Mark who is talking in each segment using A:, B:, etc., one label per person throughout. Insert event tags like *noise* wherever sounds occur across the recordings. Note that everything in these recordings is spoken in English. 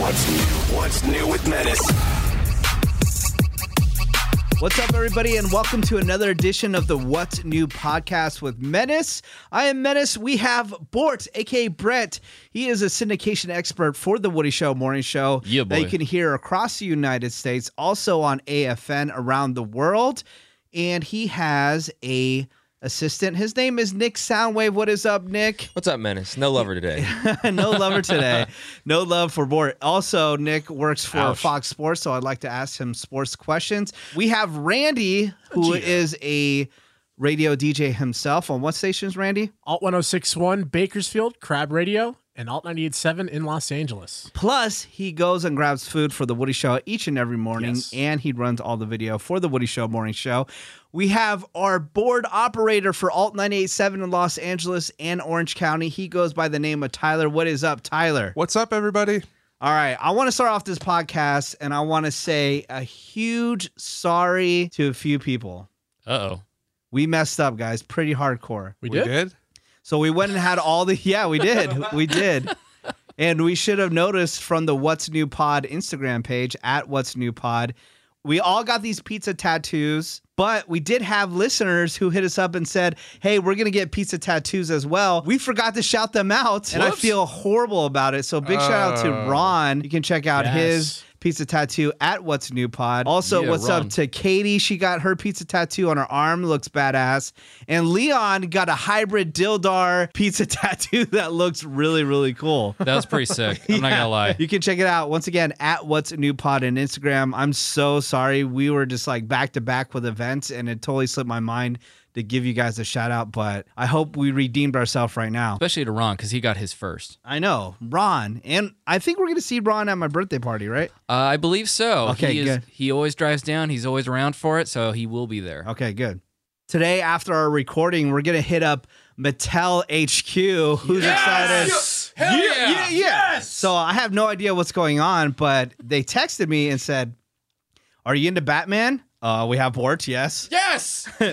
A: What's new? What's new with Menace?
B: What's up, everybody, and welcome to another edition of the What's New podcast with Menace. I am Menace. We have Bort, aka Brett. He is a syndication expert for the Woody Show Morning Show
C: Yeah,
B: that you
C: boy.
B: can hear across the United States, also on AFN around the world. And he has a assistant. His name is Nick Soundwave. What is up, Nick?
C: What's up, Menace? No lover today.
B: *laughs* no lover today. No love for Bort. Also, Nick works for
C: Ouch.
B: Fox Sports, so I'd like to ask him sports questions. We have Randy, who is a radio DJ himself. On what stations, Randy?
D: Alt 1061 Bakersfield, Crab Radio, and Alt 987 in Los Angeles.
B: Plus, he goes and grabs food for the Woody Show each and every morning,
D: Yes.
B: and he runs all the video for the Woody Show morning show. We have our board operator for Alt 987 in Los Angeles and Orange County. He goes by the name of Tyler. What is up, Tyler?
E: What's up, everybody?
B: All right, I want to start off this podcast and I want to say a huge sorry to a few people.
C: Uh oh.
B: We messed up, guys, pretty hardcore.
D: We,
E: We
D: did?
E: did?
B: So we went and had all the *laughs* Yeah, we did. We did. And we should have noticed from the What's New Pod Instagram page at What's New Pod. We all got these pizza tattoos, but we did have listeners who hit us up and said, Hey, we're going to get pizza tattoos as well. We forgot to shout them out, and I
E: Whoops.
B: feel horrible about it. So, big shout out to
E: Oh.
B: Ron. You can check out
D: Yes.
B: his pizza tattoo at What's New Pod. Also,
C: Yeah,
B: what's
C: Ron.
B: up to Katie? She got her pizza tattoo on her arm, looks badass. And Leon got a hybrid dildar pizza *laughs* tattoo that looks really, really cool.
C: *laughs* That was pretty sick. I'm not gonna *laughs* lie.
B: You can check it out once again at What's New Pod and Instagram. I'm so sorry. We were just like back to back with events and it totally slipped my mind to give you guys a shout out, but I hope we redeemed ourselves right now.
C: Especially to Ron, because he got his first.
B: I know, Ron. And I think we're going to see Ron at my birthday party, right?
C: Uh, I believe so.
B: Okay,
C: he
B: good.
C: He always drives down. He's always around for it, so he will be there.
B: Okay, good. Today, after our recording, we're going to hit up Mattel HQ. Who's excited?
C: Hell
B: yeah, So I have no idea what's going on, but they texted me and said, Are you into Batman? Uh, we have Bort, yes.
E: Yes!
B: *laughs*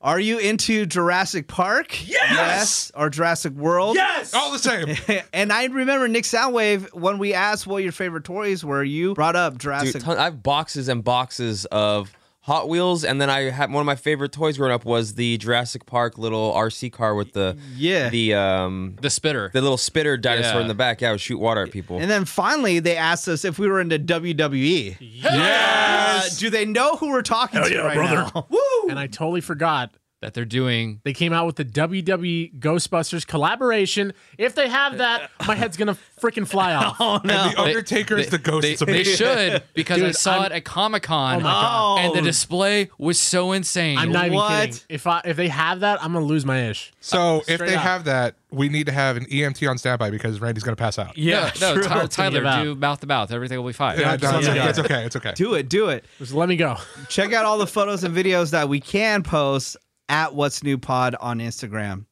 B: Are you into Jurassic Park? Yes. Or Jurassic World?
E: Yes! All the same.
B: *laughs* and I remember Nick Soundwave when we asked what your favorite toys were. You brought up Jurassic.
F: Dude, ton- I have boxes and boxes of Hot Wheels, and then I had one of my favorite toys growing up was the Jurassic Park little RC car with the
B: Yeah.
F: the um
C: The spitter.
F: the little spitter dinosaur
C: Yeah.
F: in the back. Yeah, I would shoot water at people.
B: and then finally, they asked us if we were into WWE. Uh, do they know who we're talking to right now?
D: And I totally forgot.
C: that they're doing.
D: They came out with the WWE Ghostbusters collaboration. If they have that, my head's going to freaking fly
C: *laughs*
D: off. oh,
E: the Undertaker is the ghost.
C: They,
E: It's
C: they
E: amazing.
C: should because I
D: Dude,
C: saw
D: I'm-
C: it at Comic Con,
D: my
B: Oh,
D: God.
C: and the display was so insane.
D: I'm not even
B: What?
D: kidding. If, I, if they have that, I'm going to lose my ish.
E: So if
D: straight
E: they
D: up.
E: have that, we need to have an EMT on standby because Randy's going to pass out.
C: yeah, no,
D: true.
C: Ty-
D: It's gonna give
C: Tyler,
D: out.
C: do mouth to mouth. Everything will be fine.
E: Yeah, no, it's,
B: Yeah.
E: okay. it's okay. It's okay.
B: do it, do it.
D: Just let me go.
B: Check out all the photos and videos that we can post at What's New Pod on Instagram.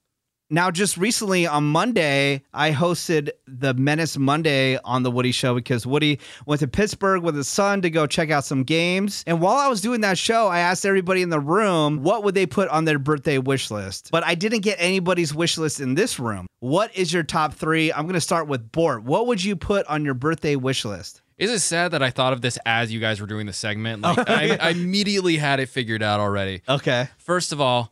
B: Now, just recently on Monday, I hosted the Menace Monday on the Woody Show because Woody went to Pittsburgh with his son to go check out some games. And while I was doing that show, I asked everybody in the room what would they put on their birthday wish list. But I didn't get anybody's wish list in this room. What is your top three? I'm going to start with Bort. What would you put on your birthday wish list?
C: Is it sad that I thought of this as you guys were doing the segment? Like I, I immediately had it figured out already.
B: Okay.
C: First of all,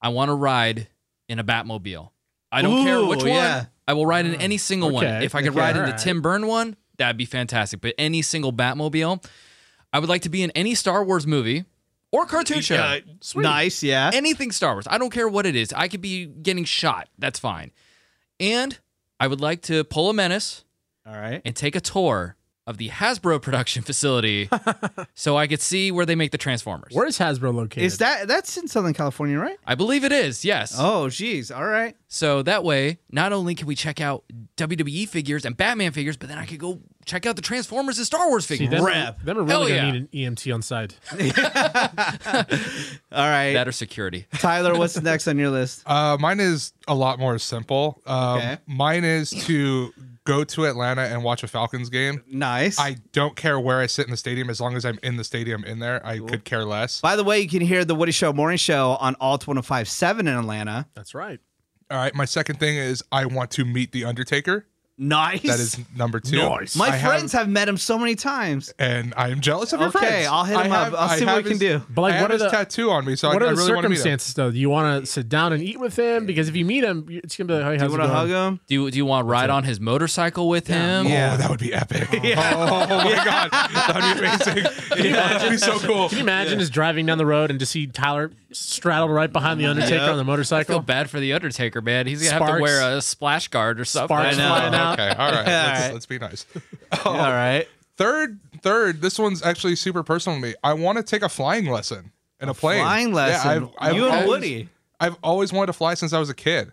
C: I want to ride in a Batmobile. I don't care
B: Ooh,
C: which one.
B: yeah.
C: I will ride in any single one.
D: Mm. Okay,
C: If I could
D: okay,
C: ride in the
D: alright.
C: Tim Burn one, that'd be fantastic. But any single Batmobile, I would like to be in any Star Wars movie or cartoon show.
B: Uh, Nice. Yeah.
C: Anything Star Wars. I don't care what it is. I could be getting shot. That's fine. And I would like to pull a menace
B: all right.
C: and take a tour of the Hasbro production *laughs* facility
D: *laughs*
C: so I could see where they make the Transformers.
D: Where is Hasbro located?
B: Is that that's in Southern California, right?
C: I believe it is, yes.
B: Oh, geez. All right.
C: So that way, not only can we check out WWE figures and Batman figures, but then I could go check out the Transformers and Star Wars
D: See,
C: figures.
D: them,
B: Rep.
D: them are
C: Hell
D: really
C: yeah.
D: going to need an EMT on site.
B: All right.
C: Better security.
B: Tyler, what's next on your list?
E: Uh, mine is a lot more simple. Um,
B: Okay.
E: Mine is to go to Atlanta and watch a Falcons game.
B: *laughs* Nice.
E: I don't care where I sit in the stadium as long as I'm in the stadium in there. I could care less.
B: By the way, you can hear the Woody Show Morning Show on Alt 1057 in Atlanta.
D: That's right.
E: All right. My second thing is I want to meet the Undertaker.
B: Nice.
E: That is number two.
B: Nice. My
E: I have-
B: friends have, met him so many times.
E: and I am jealous of your
B: Okay,
E: friends.
B: I'll hit
E: I
B: him up. I'll
E: I
B: see what we
E: have
B: can
E: his-
B: do.
D: But, like,
E: I
D: what
E: have
D: are
E: his
D: the-
E: tattoo on me, so
D: what
E: I,
D: are
E: I
D: the
E: really want to meet him.
D: circumstances though? Do you want to sit down and eat with him? Because if you meet him, you- it's gonna be like, "Hey,
B: You
D: how's it
B: want to
D: going?"
B: hug him?
C: Do you, do you want to ride on his motorcycle with him?
E: Oh, that would be epic.
D: *laughs*
E: Oh,
B: *laughs*
E: my god, that would be amazing. That would be so cool.
D: Can you imagine just driving down the road and just see Tyler straddled right behind the Undertaker on the
C: I feel
D: motorcycle?
C: bad for the Undertaker, man. He's gonna have to
D: Sparks.
C: wear a splash guard or something.
D: Sparks
B: I know.
D: flying *laughs* out.
E: Okay, all right.
B: right.
E: Let's, let's be nice. Oh,
B: All right.
E: Third, third. This one's actually super personal to me. I want to take a flying lesson in a, plane.
B: Flying
E: Yeah,
B: lesson.
E: I've- I've
B: you and
E: always-
B: Woody.
E: I've always wanted to fly since I was a kid.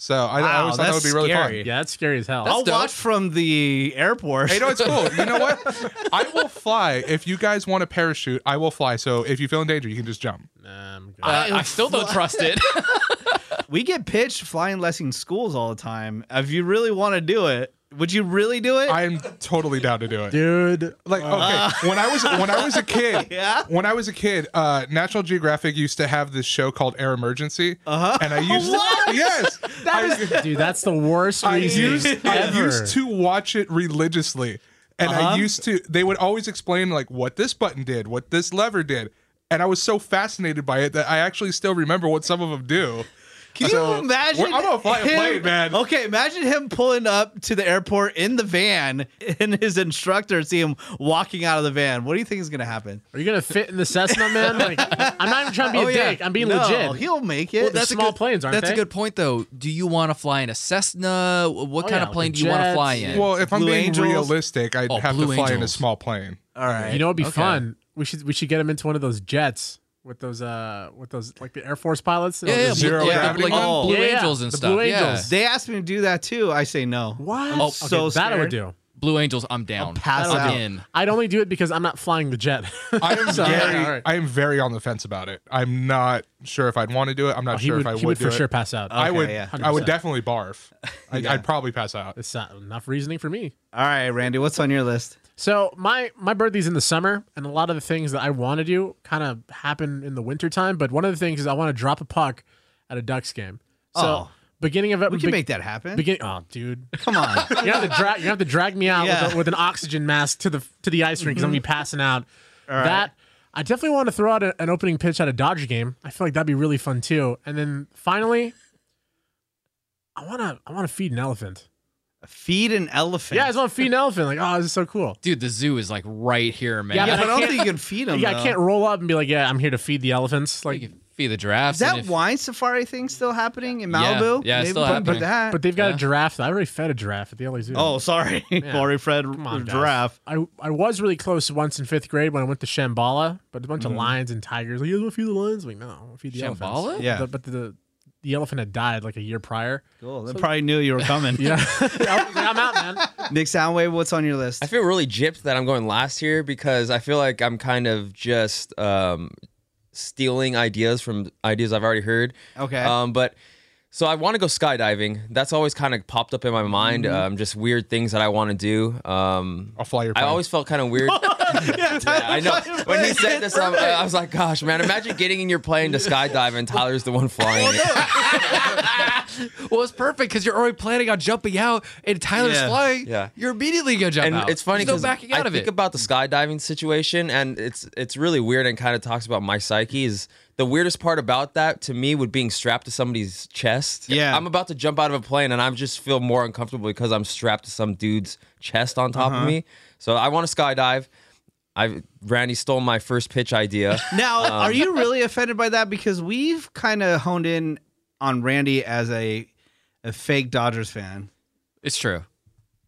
E: So I, I
B: Wow,
E: always thought that
B: that's
E: would be really
B: scary.
E: fun.
D: Yeah, that's scary as hell.
B: I'll
C: dope.
B: watch from the airport.
E: Hey, no, it's cool. You know what? I will fly. If you guys want a parachute, I will fly. So if you feel in danger, you can just jump.
D: Um,
C: Uh, I still don't trust
D: *laughs*
C: it.
B: we get pitched flying lesson schools all the time. If you really want to do it, would you really do it?
E: I am totally down to do it.
D: dude,
E: Like okay, when I was when I was a kid,
B: Yeah?
E: when I was a kid, uh, National Geographic used to have this show called Air Emergency, uh-huh. and I used to, yes, I,
D: dude, that's the worst
E: I
D: reason
E: used I
D: ever.
E: used to watch it religiously, and I used to. They would always explain like what this button did, what this lever did, and I was so fascinated by it that I actually still remember what some of them do.
B: Can
E: So,
B: you imagine?
E: we're- I'm gonna fly a
B: him-
E: plane, man.
B: Okay, imagine him pulling up to the airport in the van, and his instructor see him walking out of the van. What do you think is gonna happen? Oh,
D: Are you gonna fit in the Cessna, man? Like, I'm not even trying to be a dick. I'm being
B: no,
D: legit.
B: He'll make it.
D: Well, that's- small planes, aren't
C: That's a
D: they?
C: good point, though. Do you want to fly in a Cessna? What
D: Oh,
C: kind
D: yeah,
C: of plane
D: the
C: do you want to
D: jets.
C: fly in?
E: Well, if I'm
B: Blue
E: being
B: Angels?
E: realistic, I'd
C: Oh,
E: have to
C: Blue
E: fly in a
C: Angels.
E: small plane. *laughs*
B: all right.
D: You know, it'd be
C: Okay.
D: fun. We should we should get him into one of those jets with those uh with those like the Air Force pilots.
C: yeah, yeah,
E: Zero
C: blue,
E: gravity
C: like,
B: one?
C: Blue
D: Yeah, yeah.
C: Angels and
D: The
C: stuff.
D: Blue
C: Yeah.
D: Angels.
B: they asked me to do that too. I say no.
D: What? Oh,
B: I'm so
D: okay, that I
B: scared.
D: would do.
C: Blue Angels, I'm down.
B: pass
C: I'm
B: out.
C: in.
D: I'd only do it because I'm not flying the jet.
E: I *laughs* am
D: *laughs* So,
E: very,
D: yeah, all right.
E: I am very on the fence about it. I'm not sure if I'd want to do it. I'm not
D: he
E: sure
D: would,
E: if I
D: he
E: Oh, would,
D: would,
E: do
D: for
E: it.
D: sure pass out.
E: I would,
B: yeah.
E: I would definitely *laughs* barf. I, I'd probably pass out.
D: It's not enough reasoning for me.
B: All right, Randy, what's on your list?
D: So my my birthday's in the summer, and a lot of the things that I want to do kind of happen in the wintertime. But one of the things is I want to drop a puck at a Ducks game. So
B: Oh.
D: beginning of
B: We can make that happen.
D: beginning. Oh, dude,
B: Come on.
D: you're gonna have to drag *laughs* you have to drag me out
B: Yeah. Mm-hmm.
D: with, a, with an oxygen mask to the to the ice rink because I'm gonna be passing out. That I definitely want to throw out a- an opening pitch at a Dodger game. I feel like that'd be really fun too. And then finally, I wanna I wanna feed an elephant.
B: Feed an elephant.
D: Yeah, I just want to feed an elephant. Like, oh, this is so cool.
C: Dude, the zoo is like right here, man.
D: Yeah,
B: Yeah, but I
D: but I
B: don't
D: can't-
B: think you can feed him.
D: *laughs* Yeah,
B: though.
D: I can't roll up and be like, yeah, I'm here to feed the elephants. Like,
C: You can feed the giraffes.
B: Is
C: and
B: that
C: if-
B: wine safari thing still happening in Malibu?
C: Yeah, it's
B: Maybe
C: still
B: we can
C: happening.
B: put that.
D: but they've got
C: Yeah.
D: a giraffe. I already fed a giraffe at the LA Zoo.
B: oh, sorry, *laughs* Lori Fred
D: on, guys.
B: giraffe.
D: I, I was really close once in fifth grade when I went to Shambhala, but a bunch
B: Mm-hmm.
D: of lions and tigers. Like, you want to feed the lions? Like, no, I want to feed the elephants.
C: Shambhala?
B: Yeah.
D: The- but the the elephant had died like a
C: *laughs*
D: year prior.
B: Cool. They probably knew you were
F: *laughs*
B: coming.
D: Yeah, *laughs* I was like, I'm
B: *laughs*
D: out, man.
B: Nick Soundwave, what's on your list?
F: I feel really gypped that I'm going last here because I feel like I'm kind of just um, stealing ideas from ideas I've already heard.
B: Okay.
F: Um, but so I want to go skydiving. That's always kind of popped up in my mind. Um, just weird things that I want to do. Um,
E: I'll fly your
F: I
E: plane.
F: always felt kind of weird.
C: *laughs*
F: I know. When he said this, I'm, I was like, "Gosh, man! Imagine getting in your plane to skydive and Tyler's the one flying." it.
C: Well, it's perfect because you're already planning on jumping out, and Tyler's
B: Yeah.
C: flying.
F: Yeah.
C: You're immediately gonna jump
F: and
C: out.
F: it's funny
C: There's
F: because
C: no backing
F: I
C: out of
F: think
C: it.
F: about the skydiving situation, and it's it's really weird and kind of talks about my psyche. Is the weirdest part about that to me would being strapped to somebody's chest.
B: Yeah.
F: I'm about to jump out of a plane, and I just feel more uncomfortable because I'm strapped to some dude's chest on
C: Uh-huh.
F: top of me. So I want to skydive. I Randy stole my first
C: *laughs*
F: pitch idea.
B: now, are you really offended by that? Because we've kind of honed in on Randy as a a fake Dodgers fan
C: it's true.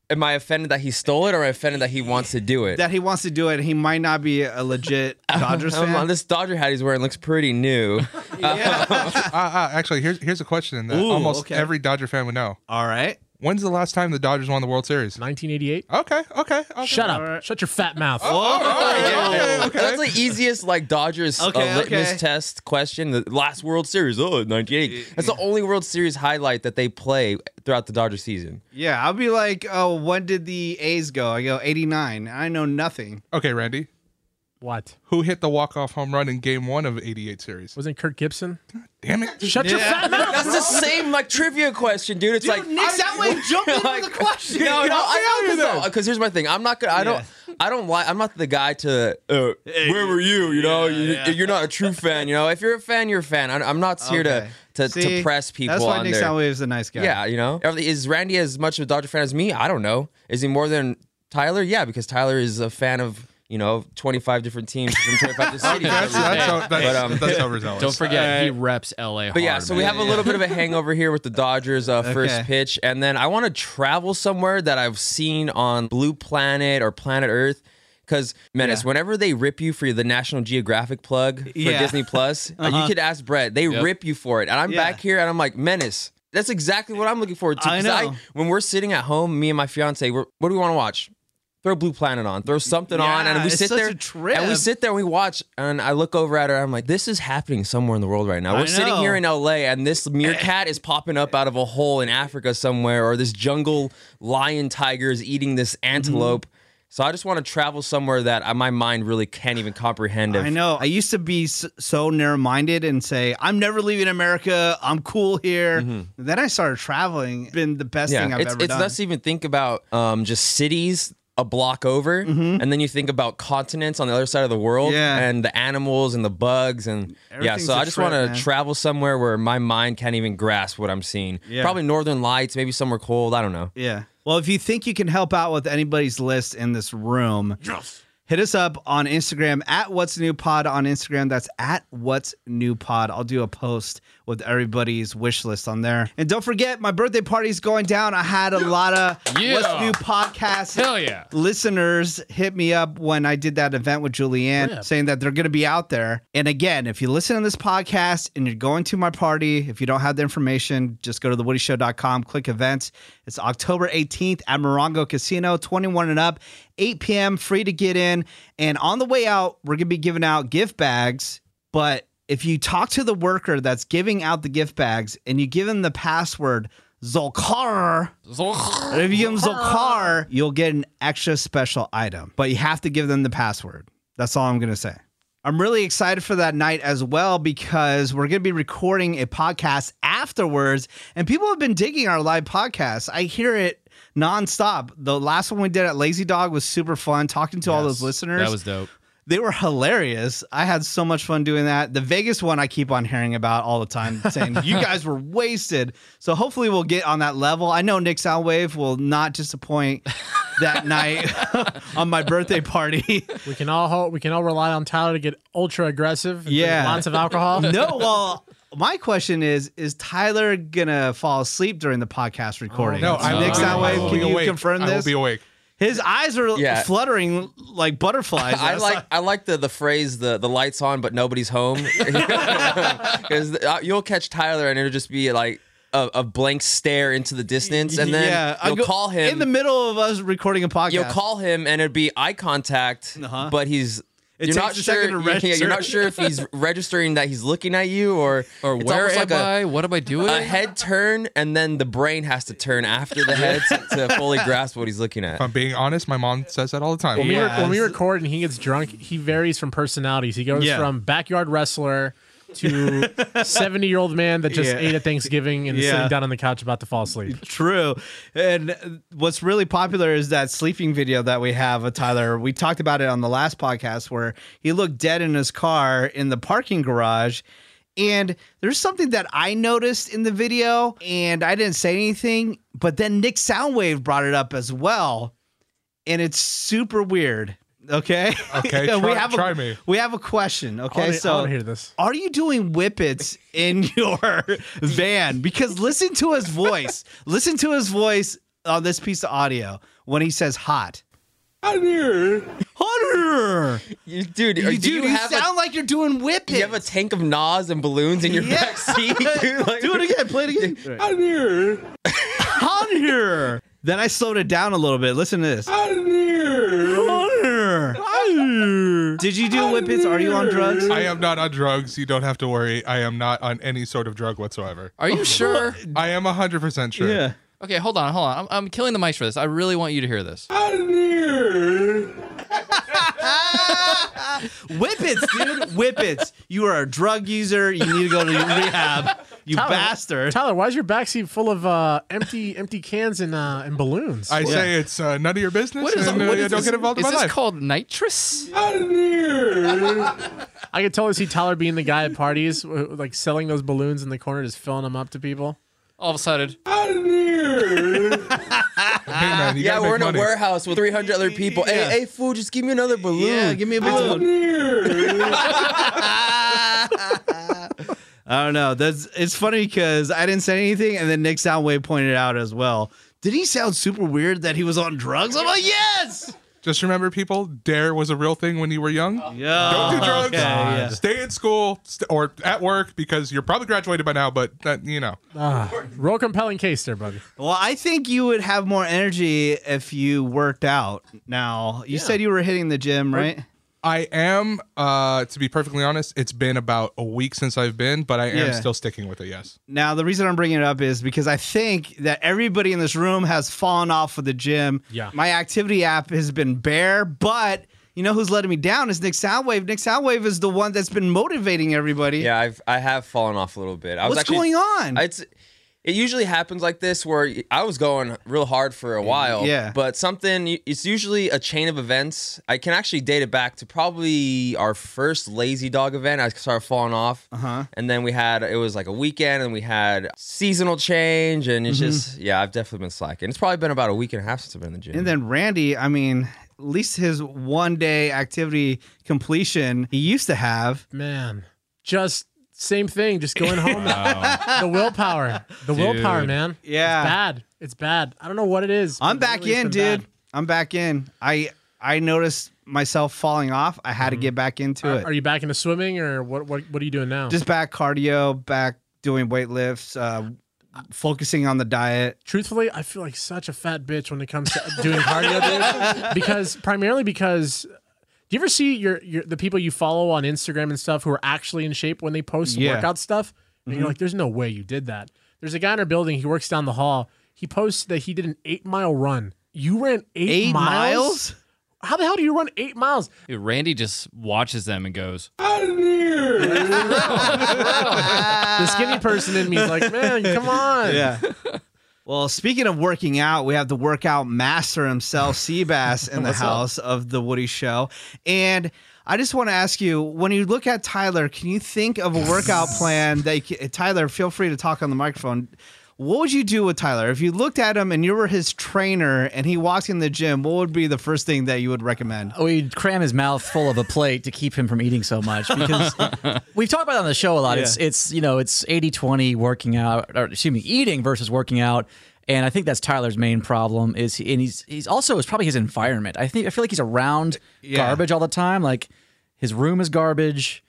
F: am I offended that he stole it, or am I offended that he wants to do it?
B: that he wants to do it. and He might not be a legit
F: *laughs*
B: Dodgers
F: Um,
B: fan.
F: this Dodger hat he's wearing looks
B: *laughs*
F: pretty new.
E: Uh, uh, actually, here's here's a question that
B: Ooh,
E: almost
B: okay.
E: every Dodger fan would know.
B: All right.
E: When's the last time the Dodgers won the World Series?
D: 1988.
E: Okay, okay. okay.
D: Shut up. Shut your fat mouth.
B: Oh.
F: Oh.
E: Okay, okay.
F: That's the easiest like Dodgers
B: Okay,
F: uh, litmus
B: okay.
F: test question. The last World Series, oh, 98. That's the only World Series highlight that they play throughout the Dodger season.
B: Yeah, I'll be like, oh, when did the A's go? I go 89. I know nothing.
E: Okay, Randy.
D: What?
E: Who hit the walk-off home run in Game One of '88 series?
D: Wasn't
B: *laughs*
D: Kurt Gibson?
E: Damn it!
D: Shut your fat mouth.
F: That's the same like trivia question, dude. It's like
B: Nick
F: *laughs*
B: Satway jumped into the question.
F: No, no,
E: out
F: I
E: of
F: know
E: there.
F: because here's my thing. I'm not gonna. I don't. I don't like. I'm not the guy to. Uh, where were you? You know, you, you're not a true fan. You know, if you're a fan, you're a fan. I, I'm not here
B: Okay.
F: to to,
B: See,
F: to press people
B: That's why
F: on
B: Nick
F: their.
B: Satway is a nice guy.
F: Yeah, you know, is Randy as much of a Dodger fan as me? I don't know. Is he more than Tyler? Yeah, because Tyler is a fan of you know 25 different teams from 25
E: *laughs*
F: different cities.
E: That's
F: every
E: that's
F: day.
E: that's, that's,
F: But,
E: *laughs*
F: um,
E: that's overzealous.
C: Don't forget, he reps LA.
F: But yeah, so we have a little bit of a hangover here with the
B: *laughs*
F: Dodgers uh, first
B: Okay.
F: pitch, and then I want to travel somewhere that I've seen on Blue Planet or Planet Earth. Because Menace, whenever they rip you for the National Geographic plug for
B: Yeah. Uh-huh. *laughs*
F: Disney Plus, uh, you could ask Brett. They rip you for it, and I'm
B: Yeah.
F: back here, and I'm like Menace. That's exactly what I'm looking forward to.
B: I
F: 'Cause
B: know.
F: when we're sitting at home, me and my fiance, we're, what do we want to watch? Throw Blue Planet on, throw something on,
B: Yeah,
F: and we
B: it's
F: sit
B: such
F: there
B: a trip.
F: and we sit there and we watch. And I look over at her, and I'm like, this is happening somewhere in the world right now. We're
B: I
F: sitting
B: know.
F: here in LA and this meerkat is popping up out of a hole in Africa somewhere, or this jungle lion tiger is eating this
B: Mm-hmm.
F: antelope. So I just want to travel somewhere that I, my mind really can't even comprehend. Of.
B: I know. I used to be s- so narrow-minded and say, "I'm never leaving America. I'm cool here." Then I started traveling. It's Been the best thing I've
F: it's,
B: ever
F: it's
B: done.
F: nuts to even think about um, just cities a block over, and then you think about continents on the other side of the world,
B: Mm-hmm. Yeah.
F: and the animals and the bugs, and yeah.
B: Everything's
F: So
B: a
F: I just
B: trip,
F: want to
B: man.
F: travel somewhere where my mind can't even grasp what I'm seeing. Probably northern lights, maybe somewhere cold. I don't know.
B: Yeah. Well, if you think you can help out with anybody's list in this room, hit us up on Instagram at What's New Pod on Instagram. That's at What's New Pod. I'll do a post with everybody's wish list on there. And don't forget, my birthday party's going down. I had a lot of
C: Yeah.
B: What's New podcast
C: Hell yeah.
B: listeners hit me up when I did that event with Julianne
D: Yeah.
B: saying that they're going to be out there. And again, if you listen to this podcast and you're going to my party, if you don't have the information, just go to thewoodyshow.com, click events. It's October 18th at Morongo Casino, 21 and up, 8 p.m., free to get in. And on the way out, we're going to be giving out gift bags, but if you talk to the worker that's giving out the gift bags and you give them the password Zolkar, and if you give them Zolkar, you'll get an extra special item, but you have to give them the password. That's all I'm going to say. I'm really excited for that night as well because we're going to be recording a podcast afterwards. And people have been digging our live podcast. I hear it nonstop. The last one we did at Lazy Dog was super fun, talking to all those listeners.
C: That was dope.
B: they were hilarious. I had so much fun doing that. The Vegas one I keep on hearing about all the time, saying you guys were wasted. So hopefully we'll get on that level. I know Nick Soundwave will not disappoint
E: *laughs*
B: that night *laughs* on my birthday party.
D: We can all hope, we can all rely on Tyler to get ultra aggressive. and drink
B: Yeah.
D: lots
B: *laughs*
D: of alcohol.
B: no, well, my question is: Is Tyler gonna fall asleep during the podcast recording?
E: Oh, No,
B: So
E: I
B: Nick
E: will be- I
B: Soundwave,
E: will
B: can
E: be
B: you
E: awake.
B: confirm
E: I will
B: this?
E: be awake.
B: His eyes are
F: Yeah.
B: fluttering like butterflies.
F: *laughs* I
B: was *laughs*
F: like I like the the phrase the the lights on but nobody's home because you'll catch Tyler and it'll just be like a, a blank stare into the distance and then
B: yeah, I
F: you'll
B: go-
F: call him
B: in the middle of us recording a podcast. Uh-huh.
F: You'll call him and it'd be eye contact, but he's
B: It
F: you're
B: takes
F: not
B: a
F: sure.
B: second to
F: yeah,
B: register.
F: you're not sure
B: *laughs*
F: if he's registering that he's looking at you or
C: Or
F: it's
C: where
F: almost
C: am
F: like a-
C: I? what am I doing?
F: A, head turn and then the brain has to turn after the head to, to fully grasp what he's looking
E: If
F: at.
E: I'm being honest, my mom says that all the time.
D: When, we
B: Yeah.
D: rec- when we record and he gets drunk, he varies from personalities. He goes
B: Yeah.
D: from backyard wrestler to
B: *laughs*
D: 70 year old man that just
B: Yeah.
D: ate at Thanksgiving and is
B: Yeah.
D: sitting down on the couch about to fall asleep.
B: *laughs* True. And what's really popular is that sleeping video that we have of Tyler. We talked about it on the last podcast where he looked dead in his car in the parking garage. And there's something that I noticed in the video, and I didn't say anything, but then Nick Soundwave brought it up as well. And it's super weird. Okay.
E: Okay,
B: *laughs* we
E: try-
B: have a,
E: try me.
B: We have a question.
D: I
B: Okay.
D: wanna- I
B: so
D: want to hear this.
B: are you doing whippets in *laughs* your van? Because listen to his voice. listen to his voice on this piece of audio when he says hot. Hotter.
F: You, dude,
B: You,
F: do
B: dude,
F: you
B: you,
F: have
B: sound like you're doing
F: a,
B: whippets.
F: you have a tank of Nas and balloons in your
B: Yeah.
F: back seat?
B: *laughs*
F: Dude, like,
B: Do it again. Play it again. Hotter. Then I slowed it down a little bit. Listen to this. Hotter. Did you do whippets? Are you on drugs?
E: I am not on drugs. You don't have to worry. I am not on any sort of drug whatsoever.
C: Are you sure?
E: I am 100% sure.
B: Yeah.
C: Okay, hold on, hold on. I'm, I'm killing the mic for this. I really want you to hear this.
B: Whippets, dude. Whippets. You are a drug user. You need to go to rehab. You bastard.
D: Tyler, why is your backseat full of uh, empty empty cans and uh, and balloons?
E: I say it's uh, none of your business,
C: What is,
E: and uh,
C: what
E: yeah,
C: is
E: don't
C: this?
E: get involved in my
C: Is this
E: life.
C: called nitrous?
D: I could totally see Tyler being the guy at parties, who- like selling those balloons in the corner, just filling them up to people.
C: All of a sudden,
E: hey, man, you
F: Yeah,
E: gotta
F: we're
E: make
F: in a
E: money.
F: warehouse with 300 other people.
B: Yeah.
F: Hey, hey, fool, just give me another balloon.
B: Yeah, give me a balloon. *laughs* I don't know. That's it's funny because I didn't say anything, and then Nick Soundwave pointed out as well. Did he sound super weird that he was on drugs? I'm like, yes.
E: Just remember, people, dare was a real thing when you were young.
C: Oh.
B: Yeah.
E: Don't do drugs.
B: Okay, yeah.
E: Stay in school st- or at work because you're probably graduated by now. But that, you know,
D: Roll compelling case there, buddy.
B: Well, I think you would have more energy if you worked out. Now, you said you were hitting the gym, right?
E: I am. Uh, to be perfectly honest, it's been about a week since I've been, but I am
B: Yeah.
E: still sticking with it. Yes.
B: Now, the reason I'm bringing it up is because I think that everybody in this room has fallen off of the gym.
D: Yeah.
B: My activity app has been bare, but you know who's letting me down is Nick Soundwave. Nick Soundwave is the one that's been motivating everybody.
F: Yeah, I've I have fallen off a little bit. I was
B: What's
F: actually,
B: going on?
F: It's it usually happens like this where I was going real hard for a while.
B: Mm, Yeah.
F: But something it's usually a chain of events. I can actually date it back to probably our first lazy dog event. I started falling off. Uh-huh. And then we had it was like a weekend and we had seasonal change and it's just yeah, I've definitely been slacking. It's probably been about a week and a half since I've been in the gym.
B: Mm-hmm. And then Randy, I mean, at least his one day activity completion he used to have.
D: Man, just same thing. Just going home. the willpower. The willpower, man.
B: Yeah.
D: It's bad. It's bad. I don't know what it is.
B: I'm
D: but
B: back
D: lately it's
B: in,
D: been
B: dude.
D: bad.
B: I'm back in. I I noticed myself falling off. I had to get back into it.
D: Are you back into swimming or what? What, what are you doing now?
B: just back cardio, back doing weight lifts, uh, focusing on the diet.
D: truthfully, I feel like such a fat bitch when it comes to doing
B: *laughs*
D: cardio, dude. Because primarily because. Do you ever see your, your the people you follow on Instagram and stuff who are actually in shape when they post
B: Yeah. Mm-hmm.
D: workout stuff? And you're like, there's no way you did that. There's a guy in our building. He works down the hall. He posts that he did an eight mile run. You ran eight,
B: Eight miles?
D: How the hell do you run eight miles?
C: dude, Randy just watches them and goes,
D: the skinny person in me is like, man, come on.
B: *laughs* Ah. Yeah. well, speaking of working out, we have the workout master himself, Seabass, in the house of the Woody Show. And I just want to ask you when you look at Tyler, can you think of a workout plan that you can, Tyler, feel free to talk on the microphone. What would you do with Tyler if you looked at him and you were his trainer and he walked in the gym? What would be the first thing that you would recommend?
G: We'd cram his mouth full of a plate to keep him from eating so
B: *laughs*
G: much because we've talked about it on the show a lot. It's it's you know it's 80-20 working out or excuse me eating versus working out, and I think that's Tyler's main problem is he, and he's he's also it's probably his environment. I think I feel like he's
B: Uh,
G: around garbage all the time. Like his room
B: *laughs*
G: is garbage.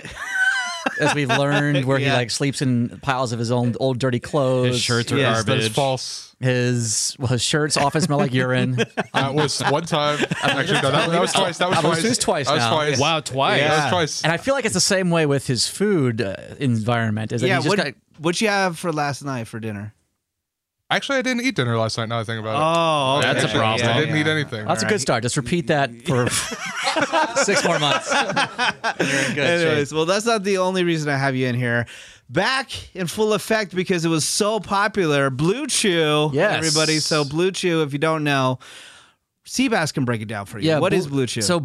G: As we've learned, where
B: Yeah.
G: he like sleeps in piles of his own old dirty clothes,
C: his shirts are
B: Yes,
E: That is
C: garbage.
E: false.
G: his well, his shirts often smell like urine.
B: *laughs*
E: That was one time. Actually, no, that, that was twice. That was
G: I believe
E: twice.
G: it's twice
E: That was
G: now.
E: twice.
C: Wow, twice.
E: Yeah, that
B: Yeah.
E: was twice.
G: And I feel like it's the same way with his food uh, environment. Is that
B: yeah,
G: he's just
B: what,
G: got,
B: what'd you have for last night for dinner?
E: Actually, I didn't eat dinner last night. Now I think about it.
B: Oh,
C: That's a
E: Actually,
C: problem.
E: I didn't eat anything.
G: that's a good start. Just repeat that for six more months. You're
B: *laughs*
G: in good
B: Anyways,
G: shape.
B: well, that's not the only reason I have you in here. Back in full effect because it was so popular. Blue Chew,
G: Yes.
B: everybody. So Blue Chew, if you don't know, Seabass can break it down for you.
G: Yeah,
B: What
G: Blue-
B: is Blue Chew?
G: So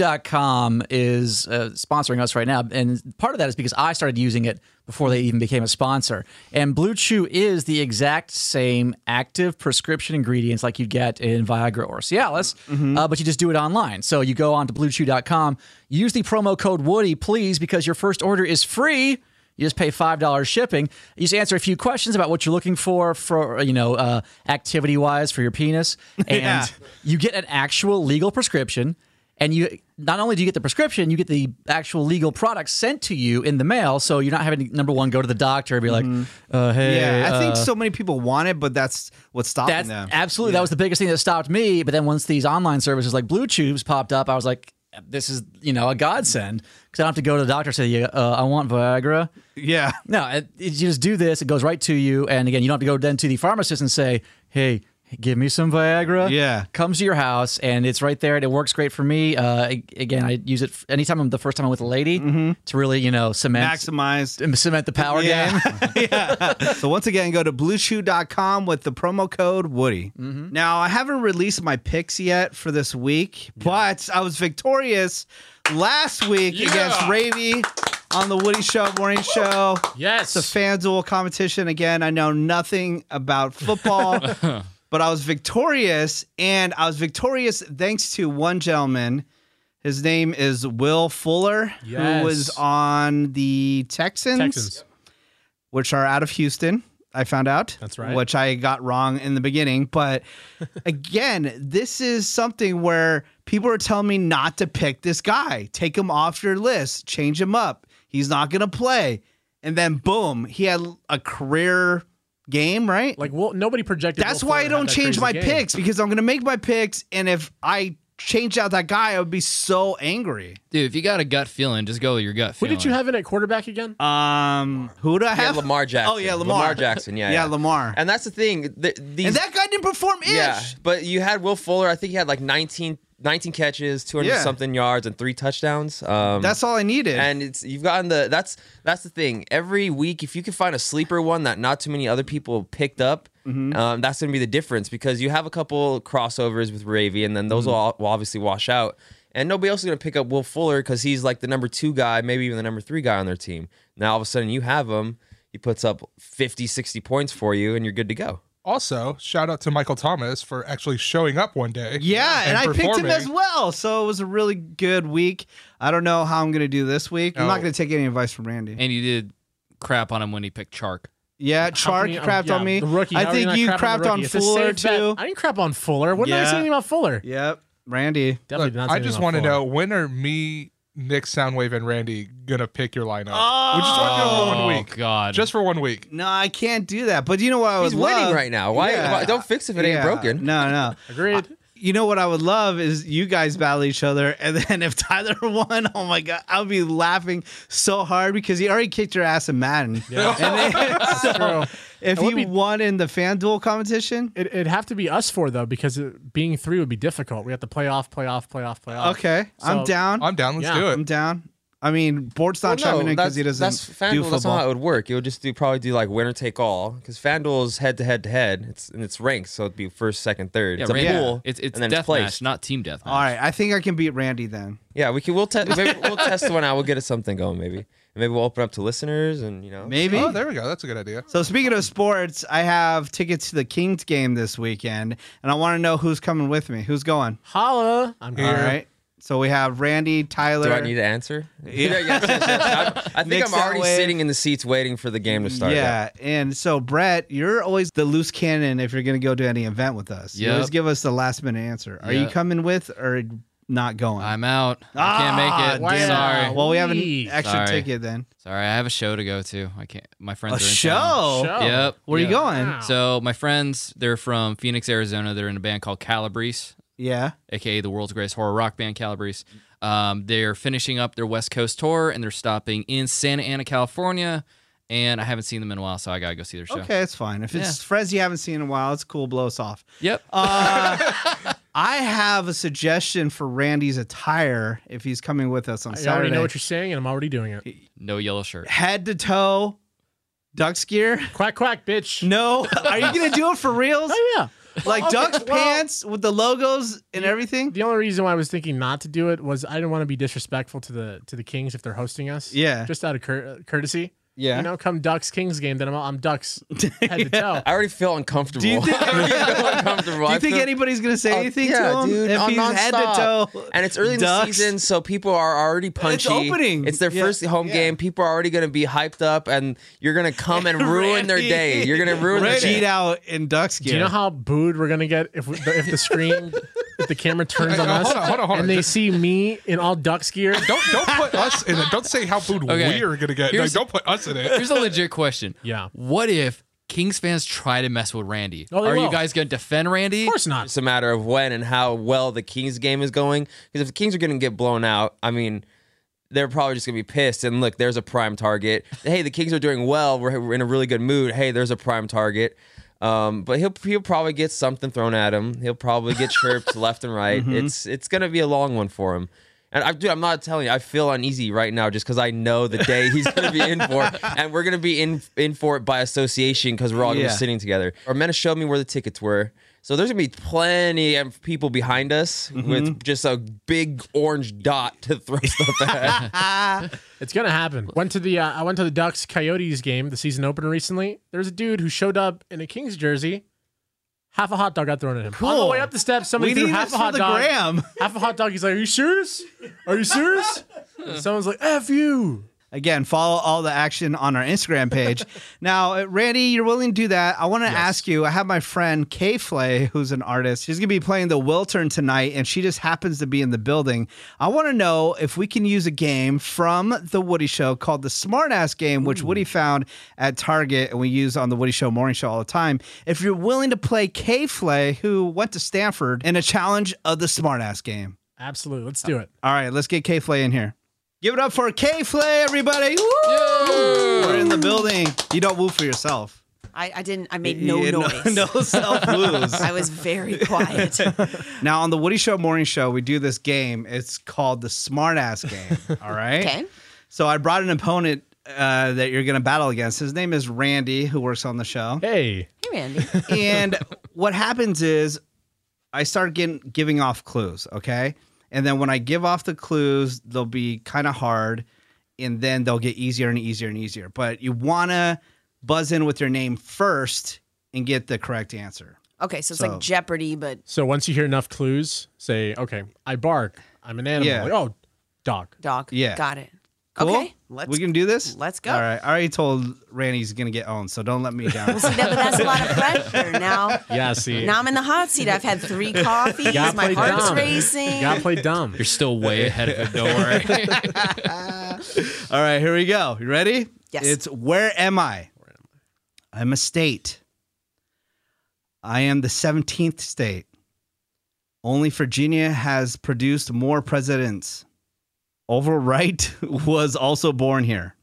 G: BlueChew.com is uh, sponsoring us right now, and part of that is because I started using it before they even became a sponsor. And Blue Chew is the exact same active prescription ingredients like you'd get in Viagra or Cialis,
B: Mm-hmm.
G: uh, but you just do it online. So you go on to BlueChew.com, use the promo code Woody, please, because your first order is free. You just pay five dollars shipping. You just answer a few questions about what you're looking for, for you know, uh, activity wise for your penis, and
B: *laughs* Yeah.
G: you get an actual legal prescription. And you not only do you get the prescription, you get the actual legal product sent to you in the mail. So you're not having to, number one go to the doctor and be like, uh, "Hey,
B: yeah, I think
G: uh,
B: so many people want it, but that's what's stopping
G: that's
B: them.
G: absolutely that was the biggest thing that stopped me. But then once these online services like Blue Tubes popped up, I was like, "This is you know a godsend because I don't have to go to the doctor and say, yeah, uh, I want Viagra.'"
B: yeah.
G: No, it, it- you just do this. It goes right to you, and again, you don't have to go then to the pharmacist and say, "Hey, give me some Viagra.
B: Yeah.
G: Comes to your house and it's right there and it works great for me. Uh, a- again, I use it f- anytime I'm the first time I'm with a lady to really, you know, cement
B: Maximized.
G: cement the power
B: *laughs*
G: game.
B: so once again, go to bluechew.com with the promo code Woody. Now, I haven't released my picks yet for this week, but I was victorious last week against Ravy on the Woody Show morning show.
D: Yes.
B: It's a FanDuel competition. Again, I know nothing about
D: *laughs*
B: football, but I was victorious, and I was victorious thanks to one gentleman. His name is Will Fuller, who was
D: Yes.
B: on the Texans,
D: Texans.
B: which are out of Houston. I found out.
D: That's right.
B: Which I got wrong in the beginning. But again, this is something where people are telling me not to pick this guy. Take him off your list, change him up. He's not going to play. And then boom, he had a career game, right?
D: Like, well, nobody projected.
B: That's
D: Will
B: why I
D: Fuller had
B: don't
D: that
B: change
D: crazy
B: my
D: game.
B: picks because I'm going to make my picks. And if I change out that guy, I would be so angry.
C: Dude, if you got a gut feeling, just go with your gut
D: Who
C: feeling.
D: did you have in at quarterback again?
B: Um, who do I
F: Yeah,
B: have?
F: Lamar Jackson.
B: Oh yeah, Lamar,
F: Jackson.
B: *laughs*
F: Yeah,
B: yeah, Lamar. And,
F: And that's the thing. th- these,
B: that guy didn't perform ish.
F: yeah, but you had Will Fuller. I think he had like 19, 19 catches, two hundred
B: Yeah.
F: something yards, and three touchdowns. Um,
B: That's all I needed.
F: and it's you've gotten the that's that's the thing. Every week, if you can find a sleeper one that not too many other people picked up,
B: Mm-hmm.
F: um, that's gonna be the difference because you have a couple crossovers with Ravy, and then those will,
B: Mm-hmm.
F: all, will obviously wash out. And nobody else is gonna pick up Will Fuller because he's like the number two guy, maybe even the number three guy on their team. Now all of a sudden you have him. He puts up 50, 60 points for you, and you're good to go.
E: Also, shout out to Michael Thomas for actually showing up one day.
B: yeah, and, I picked him
E: performing.
B: as well. So it was a really good week. I don't know how I'm going to do this week. I'm not
E: No.
B: going to take any advice from Randy.
C: And you did crap on him when he picked Chark.
B: yeah,
D: How
B: Chark
D: can you-
B: crapped
D: um, yeah,
B: on me.
D: The rookie.
B: I
D: How are
B: think
D: not
B: you
D: crap
B: crapped
D: the
B: on
D: rookie? It's a
B: Fuller
D: safe bet.
B: too.
D: I didn't crap on Fuller. What did I
B: Yeah.
D: say anything about Fuller?
B: Yep, Randy.
E: Look,
D: Definitely not. say
E: I
D: anything
E: just
D: about
E: want to
D: Fuller.
E: know when are me, Nick, Soundwave, and Randy gonna pick your lineup? we just want to know for one
C: Oh
E: week,
C: God.
E: just for one week.
B: No, I can't do that. But you know what I was
F: He's winning right now. Why, why- don't fix it if it ain't broken?
B: No, no.
D: Agreed.
B: You know what I would love is you guys battle each other, and then if Tyler *laughs* won, oh my god, I would be laughing so hard because he already kicked your ass in Madden. And
D: *laughs*
B: then- *laughs* so if
D: would
B: he
D: be-
B: won in the FanDuel competition,
D: It, it'd have to be us four though, because it, being three would be difficult. We have to play off, play off, play off, play off.
B: okay, I'm
D: So-
B: down. I'm,
E: I'm down. Let's
D: Yeah.
E: do it.
B: down. I mean, Bort's not
F: Well,
B: chiming in because he doesn't
F: that's FanDuel.
B: do
F: That's not how
B: football.
F: it would work. It would just do probably do like winner take all because FanDuel is head to head to head. It's and it's ranked, so it'd be first, second, third.
C: yeah,
F: it's a
C: right.
F: pool.
C: It's it's
F: and then
C: death
F: it's placed.
C: match, not team death match.
B: All right, I think I can beat Randy then.
F: yeah, we can. We'll test.
B: *laughs*
F: maybe we'll test one out. We'll get us something going. Maybe and maybe we'll open up to listeners and you know.
B: Maybe.
E: Oh, there we go. That's a good idea.
C: *laughs*
B: So speaking of sports, I have tickets to the Kings game this weekend, and I want to know who's coming with me. Who's going?
D: Holla! I'm
B: All
D: here.
B: right. So we have Randy, Tyler.
F: Do I need
B: *laughs*
F: to answer? Yeah, *laughs* yes, yes, yes. I'm- I think
B: Nick
F: I'm already
B: Satway.
F: sitting in the seats waiting for the game to start.
B: yeah, and so Brett, you're always the loose cannon if you're going to go to any event with us. You
C: Yep.
B: always give us the last minute answer. Are you
C: Yep.
B: coming with or not
D: Ah.
B: going?
C: I'm out. I can't
B: Ah,
C: make it.
B: damn.
C: Sorry.
B: Well, we have an
D: Wee.
B: extra
C: Sorry.
B: ticket then.
C: Sorry, I have a show to go to. I can't. My friends
B: A
C: are in
B: show.
D: Show.
C: Town. Yep.
B: Where are you
C: yep.
B: going?
D: Wow.
C: So my friends, they're from Phoenix, Arizona. They're in a band called Calabrese,
B: Yeah.
C: aka the world's greatest horror rock band, Calabrese. Um, they're finishing up their West Coast tour and they're stopping in Santa Ana, California. And I haven't seen them in a while, so I gotta go see their show.
B: Okay, it's fine. If it's friends you haven't seen in a while, it's cool. Blow us off. Uh,
C: Yep. *laughs*
B: I have a suggestion for Randy's attire if he's coming with us on
D: I
B: Saturday.
D: already know what you're saying, and I'm already doing it.
C: no yellow shirt.
B: Head to toe, ducks gear. *laughs*
D: Quack quack, bitch.
B: No, are you gonna do it for
D: *laughs*
B: reals?
D: Oh yeah.
B: Like
D: Okay,
B: ducks
D: well-
B: pants with the logos and everything?
D: The only reason why I was thinking not to do it was I didn't want to be disrespectful to the to the Kings if they're hosting us.
B: Yeah.
D: Just out of cour- courtesy.
B: Yeah.
D: You know, come Ducks Kings game, then I'm I'm Ducks head to toe.
F: I already feel uncomfortable.
B: Do you think-
F: *laughs* I already
B: *laughs*
F: feel uncomfortable.
B: Do
F: I
B: you think
F: feel-
B: anybody's gonna say
F: Oh,
B: anything to
F: yeah,
B: him
F: dude,
B: if
F: on
B: he's head to
F: nonstop.
B: toe?
F: And it's early in the
B: ducks?
F: season, so people are already punchy.
B: opening.
F: It's their
B: Yeah,
F: first home
B: yeah.
F: game. People are already going to be hyped up, and you're going to come
B: *laughs*
F: and ruin their day. You're going to ruin their
B: Randy
F: day.
B: *laughs* cheat out in ducks gear.
D: Do you know how booed we're gonna get if we, if the screen if the camera turns on
E: Hey,
D: us
E: hold on, hold on, hold on.
D: and they
E: Just-
D: see me in all Ducks gear?
E: Don't don't put us in it. Don't say how food
C: Okay.
E: we are gonna get. Like,
C: Here's-
E: don't put us in it.
C: Here's a legit question.
D: *laughs* Yeah.
C: What if Kings fans try to mess with Randy?
D: Oh, they
C: Are you
D: will.
C: guys gonna defend Randy?
D: Of course not.
F: It's a matter of when and how well the Kings game is going. Because if the Kings are going to get blown out, I mean, they're probably just going to be pissed. And look, there's a prime target. Hey, the Kings are doing well. We're, we're in a really good mood. Hey, there's a prime target. Um, but he'll he'll probably get something thrown at him. He'll probably get chirped left and right. It's it's gonna be a long one for him. And I, dude, I'm not telling you, I feel uneasy right now just because I know the day he's gonna be in for, it. and we're gonna be in in for it by association because we're all gonna
B: Yeah.
F: be sitting together. Armena showed me where the tickets were. So there's gonna be plenty of people behind us with just a big orange dot to throw stuff at.
D: It's gonna happen. Went to the uh, I went to the Ducks Coyotes game, the season opener recently. There's a dude who showed up in a Kings jersey. Half a hot dog got thrown at him. On the
B: Cool.
D: way up the steps, somebody
B: We
D: threw
B: need
D: half
B: this
D: a
B: for
D: hot
B: the
D: dog.
B: gram.
D: Half a hot dog. He's like, "Are you serious? Are you serious?" And someone's like, "F you."
B: Again, follow all the action on our Instagram page. now, uh, Randy, you're willing to do that. I want to ask you. I have my friend Kay Flay, who's an artist. She's going to be playing the Wiltern tonight, and she just happens to be in the building. I want to know if we can use a game from The Woody Show called the Smartass Game, which Woody found at Target and we use on The Woody Show Morning Show all the time. If you're willing to play Kay Flay, who went to Stanford, in a challenge of the Smartass Game.
D: Absolutely. Let's do it.
B: All right, let's get K Flay in here. Give it up for K Flay, everybody. Woo! We're in the building. You don't woo for yourself.
H: I, I didn't. I made no
B: Yeah,
H: noise. *laughs*
B: No, *laughs* self woos.
H: I
B: *laughs*
H: was very quiet.
B: now, on the Woody Show Morning Show, we do this game. It's called the Smartass
H: *laughs*
B: Game. All right.
H: Okay.
B: So I brought an opponent uh, that you're going to battle against. His name is Randy, who works on the show.
D: Hey,
H: Hey, Randy.
B: and what happens is I start getting giving off clues, okay? And then when I give off the clues, they'll be kind of hard and then they'll get easier and easier and easier. But you want to buzz in with your name first and get the correct answer.
H: Okay, so it's
B: So-
H: like Jeopardy, but
D: so once you hear enough clues, say, "Okay, I bark. I'm an animal."
B: Yeah.
D: Like, oh, dog.
H: dog.
B: Yeah.
H: Got it.
B: Cool?
H: Okay. Let's.
B: we can do this?
H: let's go.
B: All right. I already told Randy he's going to get owned, so don't let me down.
H: See, that, but that's
B: *laughs*
H: a lot of pressure now.
D: *laughs* Yeah, see,
H: Now I'm in the hot seat. I've
B: *laughs*
H: had three coffees.
D: gotta
H: My
D: play
H: heart's
D: dumb.
H: racing.
D: you gotta play dumb.
C: You're still way ahead of it.
B: *laughs*
C: Don't worry.
B: All right, here we go. You ready?
H: Yes.
B: It's where am I? I'm a state. I am the 17th state. Only Virginia has produced more presidents. Oliver Wright *laughs* was also born here.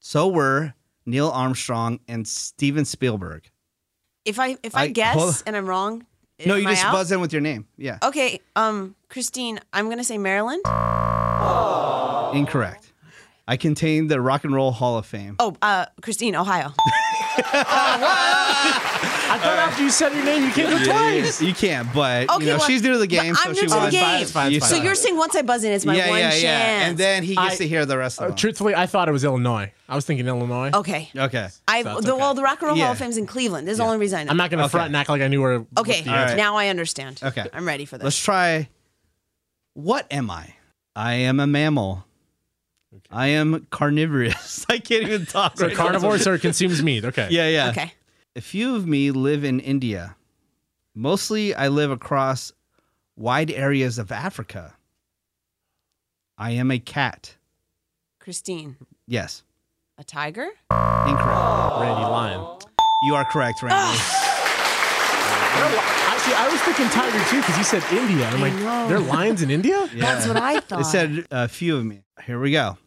B: So were Neil Armstrong and Steven Spielberg.
H: If I if I,
B: I- hold on.
H: guess and I'm wrong,
B: no,
H: am
B: you
H: I
B: just
H: out?
B: buzz in with your name. Yeah.
H: Okay, um, Christine, I'm gonna say Maryland. Oh.
B: Incorrect. I contain the Rock and Roll Hall of Fame.
H: Oh, uh, Christine,
B: *laughs*
H: Ohio.
D: I thought after you said your name, you came with twice.
B: You can't, but
H: Oh, Okay,
B: you know,
H: well,
B: she's new to the
H: but
B: game, so
H: I'm
B: she
H: new to the
B: won.
H: game.
D: It's fine, it's
B: You
D: fine.
H: So
B: suck.
H: you're saying once I buzz in, it's my one chance.
B: And then he gets
D: I-
B: to hear the rest of
D: Uh,
B: them.
D: truthfully, I thought it was Illinois. I was thinking Illinois.
H: okay,
B: Okay.
H: I
D: So
H: the
D: it's okay.
H: well, the Rock and Roll
B: Yeah.
H: Hall of Fame's in Cleveland. There's the only reason I know.
D: I'm not going to front and act like I knew where. what
H: okay,
D: the uh, answer-
B: right.
H: now I understand.
B: Okay.
H: I'm ready for
B: Let's
H: this.
B: try. What am I? I am a mammal. I am carnivorous. *laughs* I can't even talk.
D: So
B: right now.
D: carnivore, so it consumes meat. *laughs* Okay.
B: Yeah, yeah.
H: okay,
B: A few of me live in India. Mostly, I live across wide areas of Africa. I am a cat.
H: Christine,
B: Yes.
H: a tiger.
B: Incorrect.
D: Randy Lion.
B: You are correct, Randy.
D: Actually, I was thinking tiger too because you said India. I'm like,
H: know.
D: there are lions in *laughs* India?
H: That's what I thought.
B: It said a few of me. Here we go.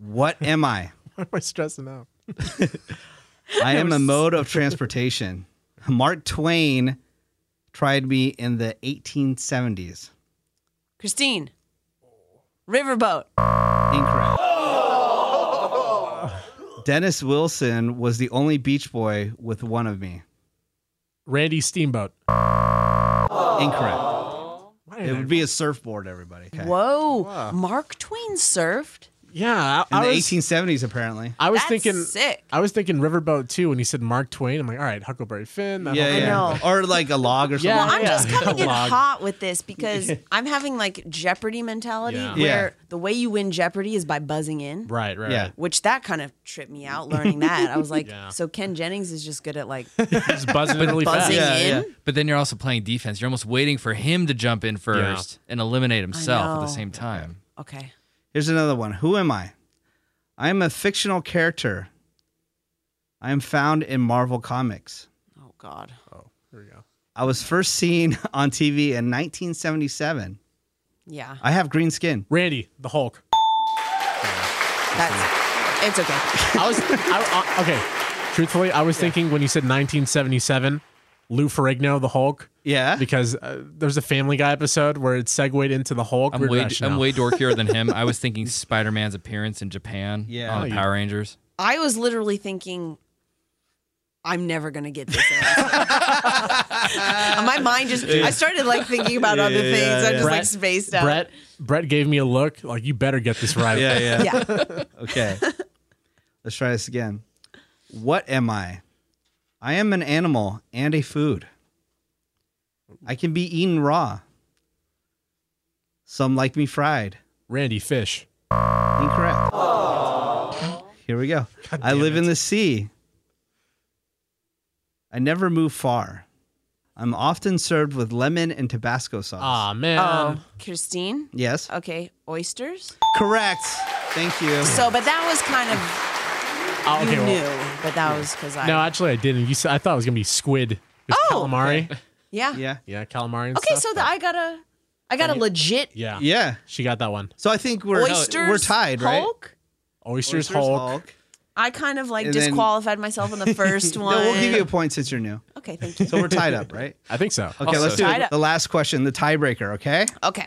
B: What am I?
D: Why am I stressing out?
B: I am a mode of transportation. Mark Twain tried me in the 1870s.
H: Christine, riverboat.
D: *laughs*
B: Incorrect. Dennis Wilson was the only Beach Boy with one of me.
D: Randy Steamboat.
B: Incorrect.
D: Why
B: It
D: did I-
B: would be a surfboard, everybody. Okay.
H: Whoa, Mark Twain surfed.
D: yeah,
B: In
D: I,
B: the
D: I was,
B: 1870s, apparently.
D: I was
H: That's
D: thinking.
H: sick.
D: I was thinking Riverboat too when he said Mark Twain. I'm like, all right, Huckleberry Finn. that whole
B: Yeah,
D: thing.
B: yeah.
H: know.
B: Or like a log or something.
D: Yeah,
H: Well, I'm
D: yeah.
B: *laughs*
H: just coming in
D: Log.
H: hot with this because I'm having like Jeopardy mentality
D: Yeah.
B: Yeah.
H: where the way you win Jeopardy is by buzzing in.
D: Right, right.
B: Yeah.
D: right.
H: Which that kind of tripped me out learning that. I was
D: *laughs*
H: like,
D: Yeah.
H: so Ken Jennings is just good at like
D: Just *laughs* buzzing really
H: buzzing
D: fast.
B: Yeah,
H: in.
B: yeah.
C: But then you're also playing defense. You're almost waiting for him to jump in first and eliminate himself at the
H: know.
C: same time.
H: Okay.
B: Here's another one. Who am I? I am a fictional character. I am found in Marvel Comics.
H: Oh God.
D: Here we go.
B: I was first seen *laughs* on TV in 1977.
H: Yeah.
B: I have green skin.
D: Randy the Hulk.
H: That's. It's okay.
D: I was I, I, okay. truthfully, I was thinking when you said 1977, Lou Ferrigno, the Hulk.
B: Yeah.
D: Because uh, there's a Family Guy episode where it segued into the Hulk.
C: I'm
D: Weird
C: way,
D: rationale.
C: I'm way dorkier than
B: *laughs*
C: him. I was thinking Spider Man's appearance in Japan
B: Yeah.
C: on
B: Oh,
C: the
B: you-
C: Power Rangers.
H: I was literally thinking, I'm never gonna get this. *laughs* answer. And My mind just, I started like thinking about other things. I'm just like
D: Brett-
H: spaced out.
D: Brett, Brett gave me a look like, you better get this right.
B: Yeah, yeah. *laughs*
H: Yeah.
B: Okay. Let's try this again. What am I? I am an animal and a food. I can be eaten raw. Some like me fried.
D: Randy Fish.
B: Incorrect. Here we go. I live in the sea. I never move far. I'm often served with lemon and Tabasco sauce.
D: Aw, Ah, man.
H: Um, Christine.
B: Yes.
H: Okay, oysters.
B: Correct. Thank you.
H: So, but that was kind of
D: Oh, okay,
H: you
D: well,
H: knew, but that was because I.
D: No, actually, I didn't. You said, I thought it was going to be squid. It's
H: Oh,
D: calamari.
H: yeah.
B: yeah.
D: Yeah, calamari and
H: Okay,
D: stuff.
H: so the, I got a, I got a legit
D: yeah.
B: Yeah.
D: She got that one.
B: So I think we're
H: oysters.
B: we're tied, right?
H: Hulk?
D: Oysters,
B: Oysters,
D: Hulk.
H: I kind of like
B: And then-
H: disqualified
B: *laughs*
H: myself in the first one.
B: No, we'll give you a point since you're new.
H: okay, thank you.
B: So we're tied up,
D: *laughs*
B: right?
D: I think so.
B: Okay, let's do
H: Tied up.
B: the last question, the tiebreaker, okay?
H: Okay.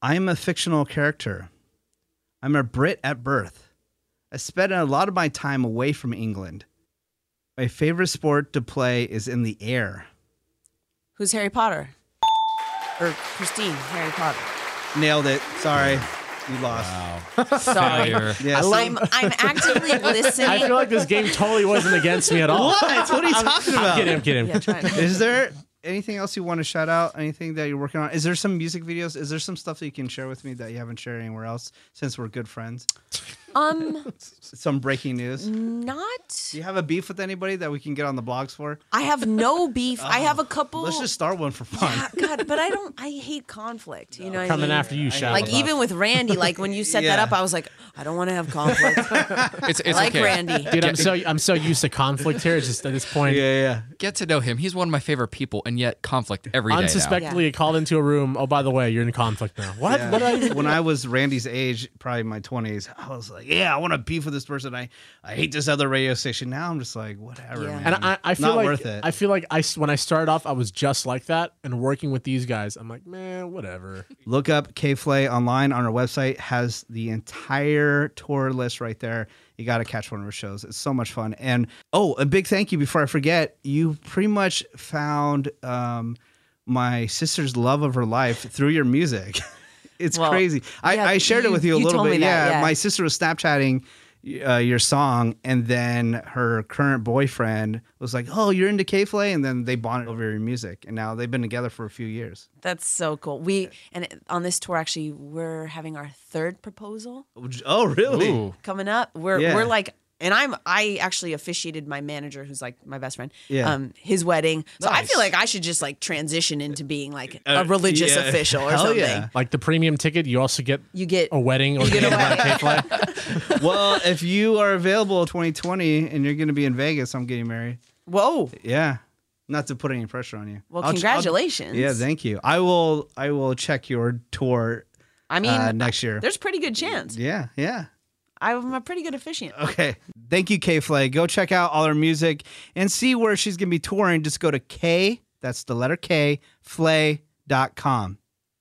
B: I'm a fictional character. I'm a Brit at birth. I spent a lot of my time away from England. My favorite sport to play is in the air.
H: Who's Harry Potter? Or Christine, Harry Potter.
B: Nailed it. Sorry. You lost. Oh,
H: Sorry.
C: Failure.
B: *laughs* Yes.
H: I'm, I'm actively listening.
D: I *laughs* feel like this game totally wasn't against me at all.
B: what? What are you talking about?
D: I'm kidding. I'm kidding.
H: yeah, try it.
B: Is there anything else you want to shout out? Anything that you're working on? Is there some music videos? Is there some stuff that you can share with me that you haven't shared anywhere else since we're good friends?
H: Um,
B: Some breaking news.
H: Mm.
B: Do
H: not.
B: you have a beef with anybody that we can get on the blogs for?
H: I have no beef. I have a couple.
B: Let's just start one for fun.
H: Ah, God, but I don't. I hate conflict. You know, what I
D: Coming
H: mean?
D: after you, Shia
H: Like
D: LaBeouf.
H: even with Randy, like when you set
B: Yeah.
H: that up, I was like, I don't want to have conflict.
C: It's,
H: I
C: it's
H: like
C: okay.
H: Randy.
D: Dude, I'm so I'm so used to conflict here. It's just at this
B: *laughs* *laughs*
D: point,
B: Yeah,
C: Get to know him. He's one of my favorite people, and yet conflict every day. now.
D: unsuspectedly called into a room. Oh, by the way, you're in conflict now. What?
B: yeah.
D: What? did I
B: *laughs*
D: even-
B: when I was Randy's age, probably my twenties, I was like, "Yeah, I want to beef with this person. I, I hate this other radio station." Now I'm just like, "Whatever,
H: Yeah.
B: man."
D: And I, I feel
B: Not
D: like
B: worth it.
D: I feel like I s- when I started off, I was just like that. And working with these guys, I'm like, man, whatever.
B: Look up Kflay online on our website. Has the entire tour list right there. You got to catch one of our shows. It's so much fun. And oh, a big thank you before I forget. You pretty much found um, my sister's love of her life through your music. *laughs* it's
H: Well,
B: crazy. I,
H: yeah,
B: I shared it
H: you-
B: with you a
H: you
B: little
H: told me
B: bit.
H: that,
B: yeah,
H: yeah.
B: my sister was Snapchatting. Uh, your song, and then her current boyfriend was like, "Oh, you're into Kflay," and then they bonded over your music, and now they've been together for a few years.
H: That's so cool. We and it- on this tour actually, we're having our third proposal
B: Oh, really?
C: Ooh.
H: coming up. We're
B: Yeah.
H: we're like, and I'm I actually officiated my manager, who's like my best friend.
B: Yeah.
H: Um, his wedding. So I feel like I should just like transition into being like a religious
B: yeah.
H: official or
B: Hell
H: something.
B: yeah.
D: Like the premium ticket, you also get
H: You get
D: a wedding or
H: *laughs* You get a wedding.
B: well, if you are available 2020 and you're going to be in Vegas, I'm getting married.
H: Whoa.
B: Yeah. Not to put any pressure on you.
H: Well,
B: I'll- I'll-
H: congratulations.
B: yeah, thank you. I will I will check your tour
H: I mean,
B: uh, next year.
H: there's pretty good chance.
B: Yeah, yeah.
H: I'm a pretty good officiant.
B: Okay. Thank you, K Flay. Go check out all her music and see where she's going to be touring. Just go to K, that's the letter K, flay.com.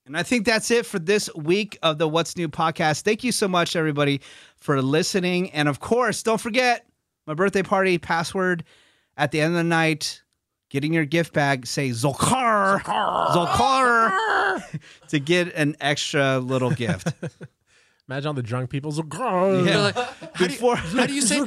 B: And I think that's it for this week of the What's New podcast. Thank you so much, everybody, for listening. And of course, don't forget my birthday party password at the end of the night. Getting your gift bag, say Zolkar, Zolkar, *laughs* to get an extra little gift.
D: Imagine all the drunk people's like, "Grrr."
B: Yeah. Before,
C: How do you
B: *laughs*
C: say?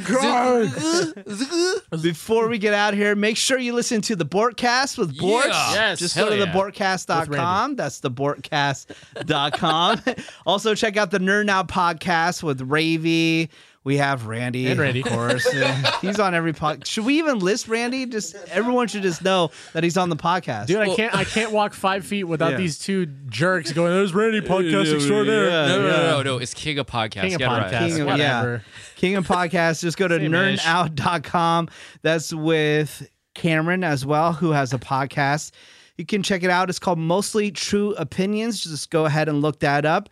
B: Before we get out of here, make sure you listen to the Bortcast with Bortz.
C: Yeah.
D: Yes,
B: Just
D: hell
B: go to
D: yeah.
B: thebortcast.com. That's
D: *laughs*
B: thebortcast.com. also, check out the Nerd Now podcast with Ravy. We have Randy.
D: And Randy.
B: Of
D: *laughs*
B: course. And he's on every podcast. Should we even list Randy? Just Everyone should just know that he's on the podcast.
D: Dude, I can't I can't walk five feet without
B: Yeah.
D: these two jerks going. There's Randy podcast extraordinaire.
B: yeah.
C: No, no, no, no, no. It's King of Podcast.
D: King of
C: Get it right.
D: Podcast.
B: King of, yeah.
D: whatever.
B: King of Podcasts. Just go to
D: Same-ish.
B: nerdout.com. That's with Cameron as well, who has a podcast. You can check it out. It's called Mostly True Opinions. Just go ahead and look that up.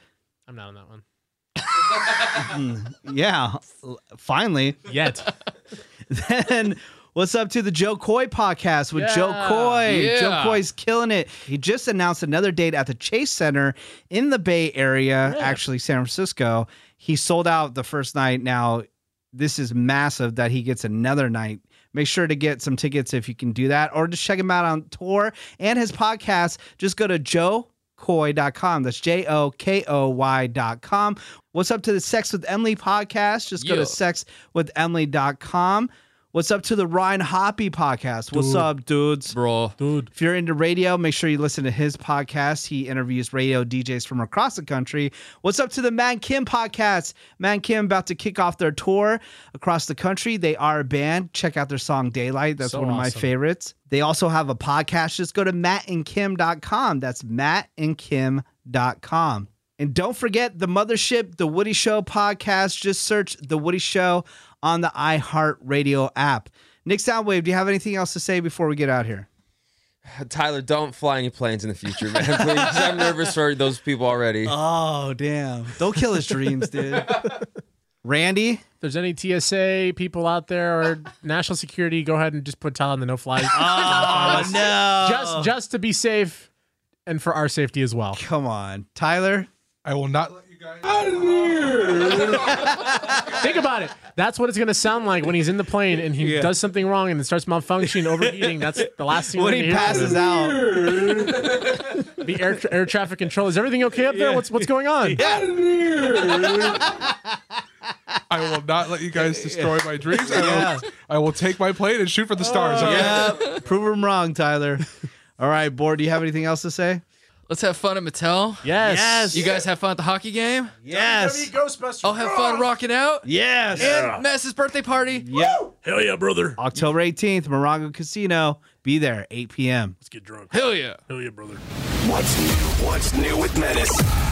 D: I'm not on that one
B: Yeah, finally.
D: yet.
B: *laughs* Then what's up to the Joe Coy podcast with Joe
D: Yeah.
B: Coy? Joe
C: Yeah.
B: Coy's killing it. He just announced another date at the Chase Center in the Bay Area, actually San Francisco. He sold out the first night. Now this is massive that he gets another night. Make sure to get some tickets if you can do that, or just check him out on tour and his podcast. Just go to joecoy.com. That's J O K O Y.com. What's up to the Sex with Emily podcast? Just go
C: Yeah.
B: to sexwithemily.com. What's up to the Ryan Hoppy podcast? What's up, dudes?
C: bro.
D: Dude.
B: If you're into radio, make sure you listen to his podcast. He interviews radio DJs from across the country. What's up to the Man Kim podcast? Man Kim about to kick off their tour across the country. They are a band. Check out their song Daylight. That's
D: So
B: one of my
D: awesome.
B: favorites. They also have a podcast. Just go to mattandkim.com. That's mattandkim.com. And don't forget the Mothership, The Woody Show podcast. Just search The Woody Show on the iHeartRadio app. Nick Soundwave, do you have anything else to say before we get out here?
F: Tyler, don't fly any planes in the future, man. Please. I'm nervous for those people already.
B: Oh damn! Don't kill his dreams, dude. Randy,
D: If there's any TSA people out there or national security, go ahead and just put Tyler on the no fly. oh,
B: no!
D: Just just to be safe and for our safety as well.
B: come on, Tyler.
E: I will not let you guys.
D: Think about it. That's what it's going to sound like when he's in the plane and he does something wrong and it starts malfunctioning, overheating. That's the last thing
B: When
D: we're
B: he
D: gonna hear
B: passes
D: from him.
B: out,
D: The air, tra- air traffic control. Is everything okay up there? What's what's going on?
E: I will not let you
C: *laughs*
E: guys destroy my dreams. I will, I will take my plane and shoot for the stars.
C: Oh,
E: okay?
B: prove him wrong, Tyler. All right, board. Do you have anything else to say?
C: Let's have fun at Mattel.
D: Yes.
B: Yes.
C: You guys have fun at the hockey game.
B: Yes,
C: I'll have fun rocking out.
B: yes.
C: And Mass's birthday party.
I: Hell yeah, brother.
B: October eighteenth, Morongo Casino. Be there, eight p.m.
I: Let's get drunk.
C: Hell yeah.
I: Hell yeah, brother.
A: What's new? What's new with Menace?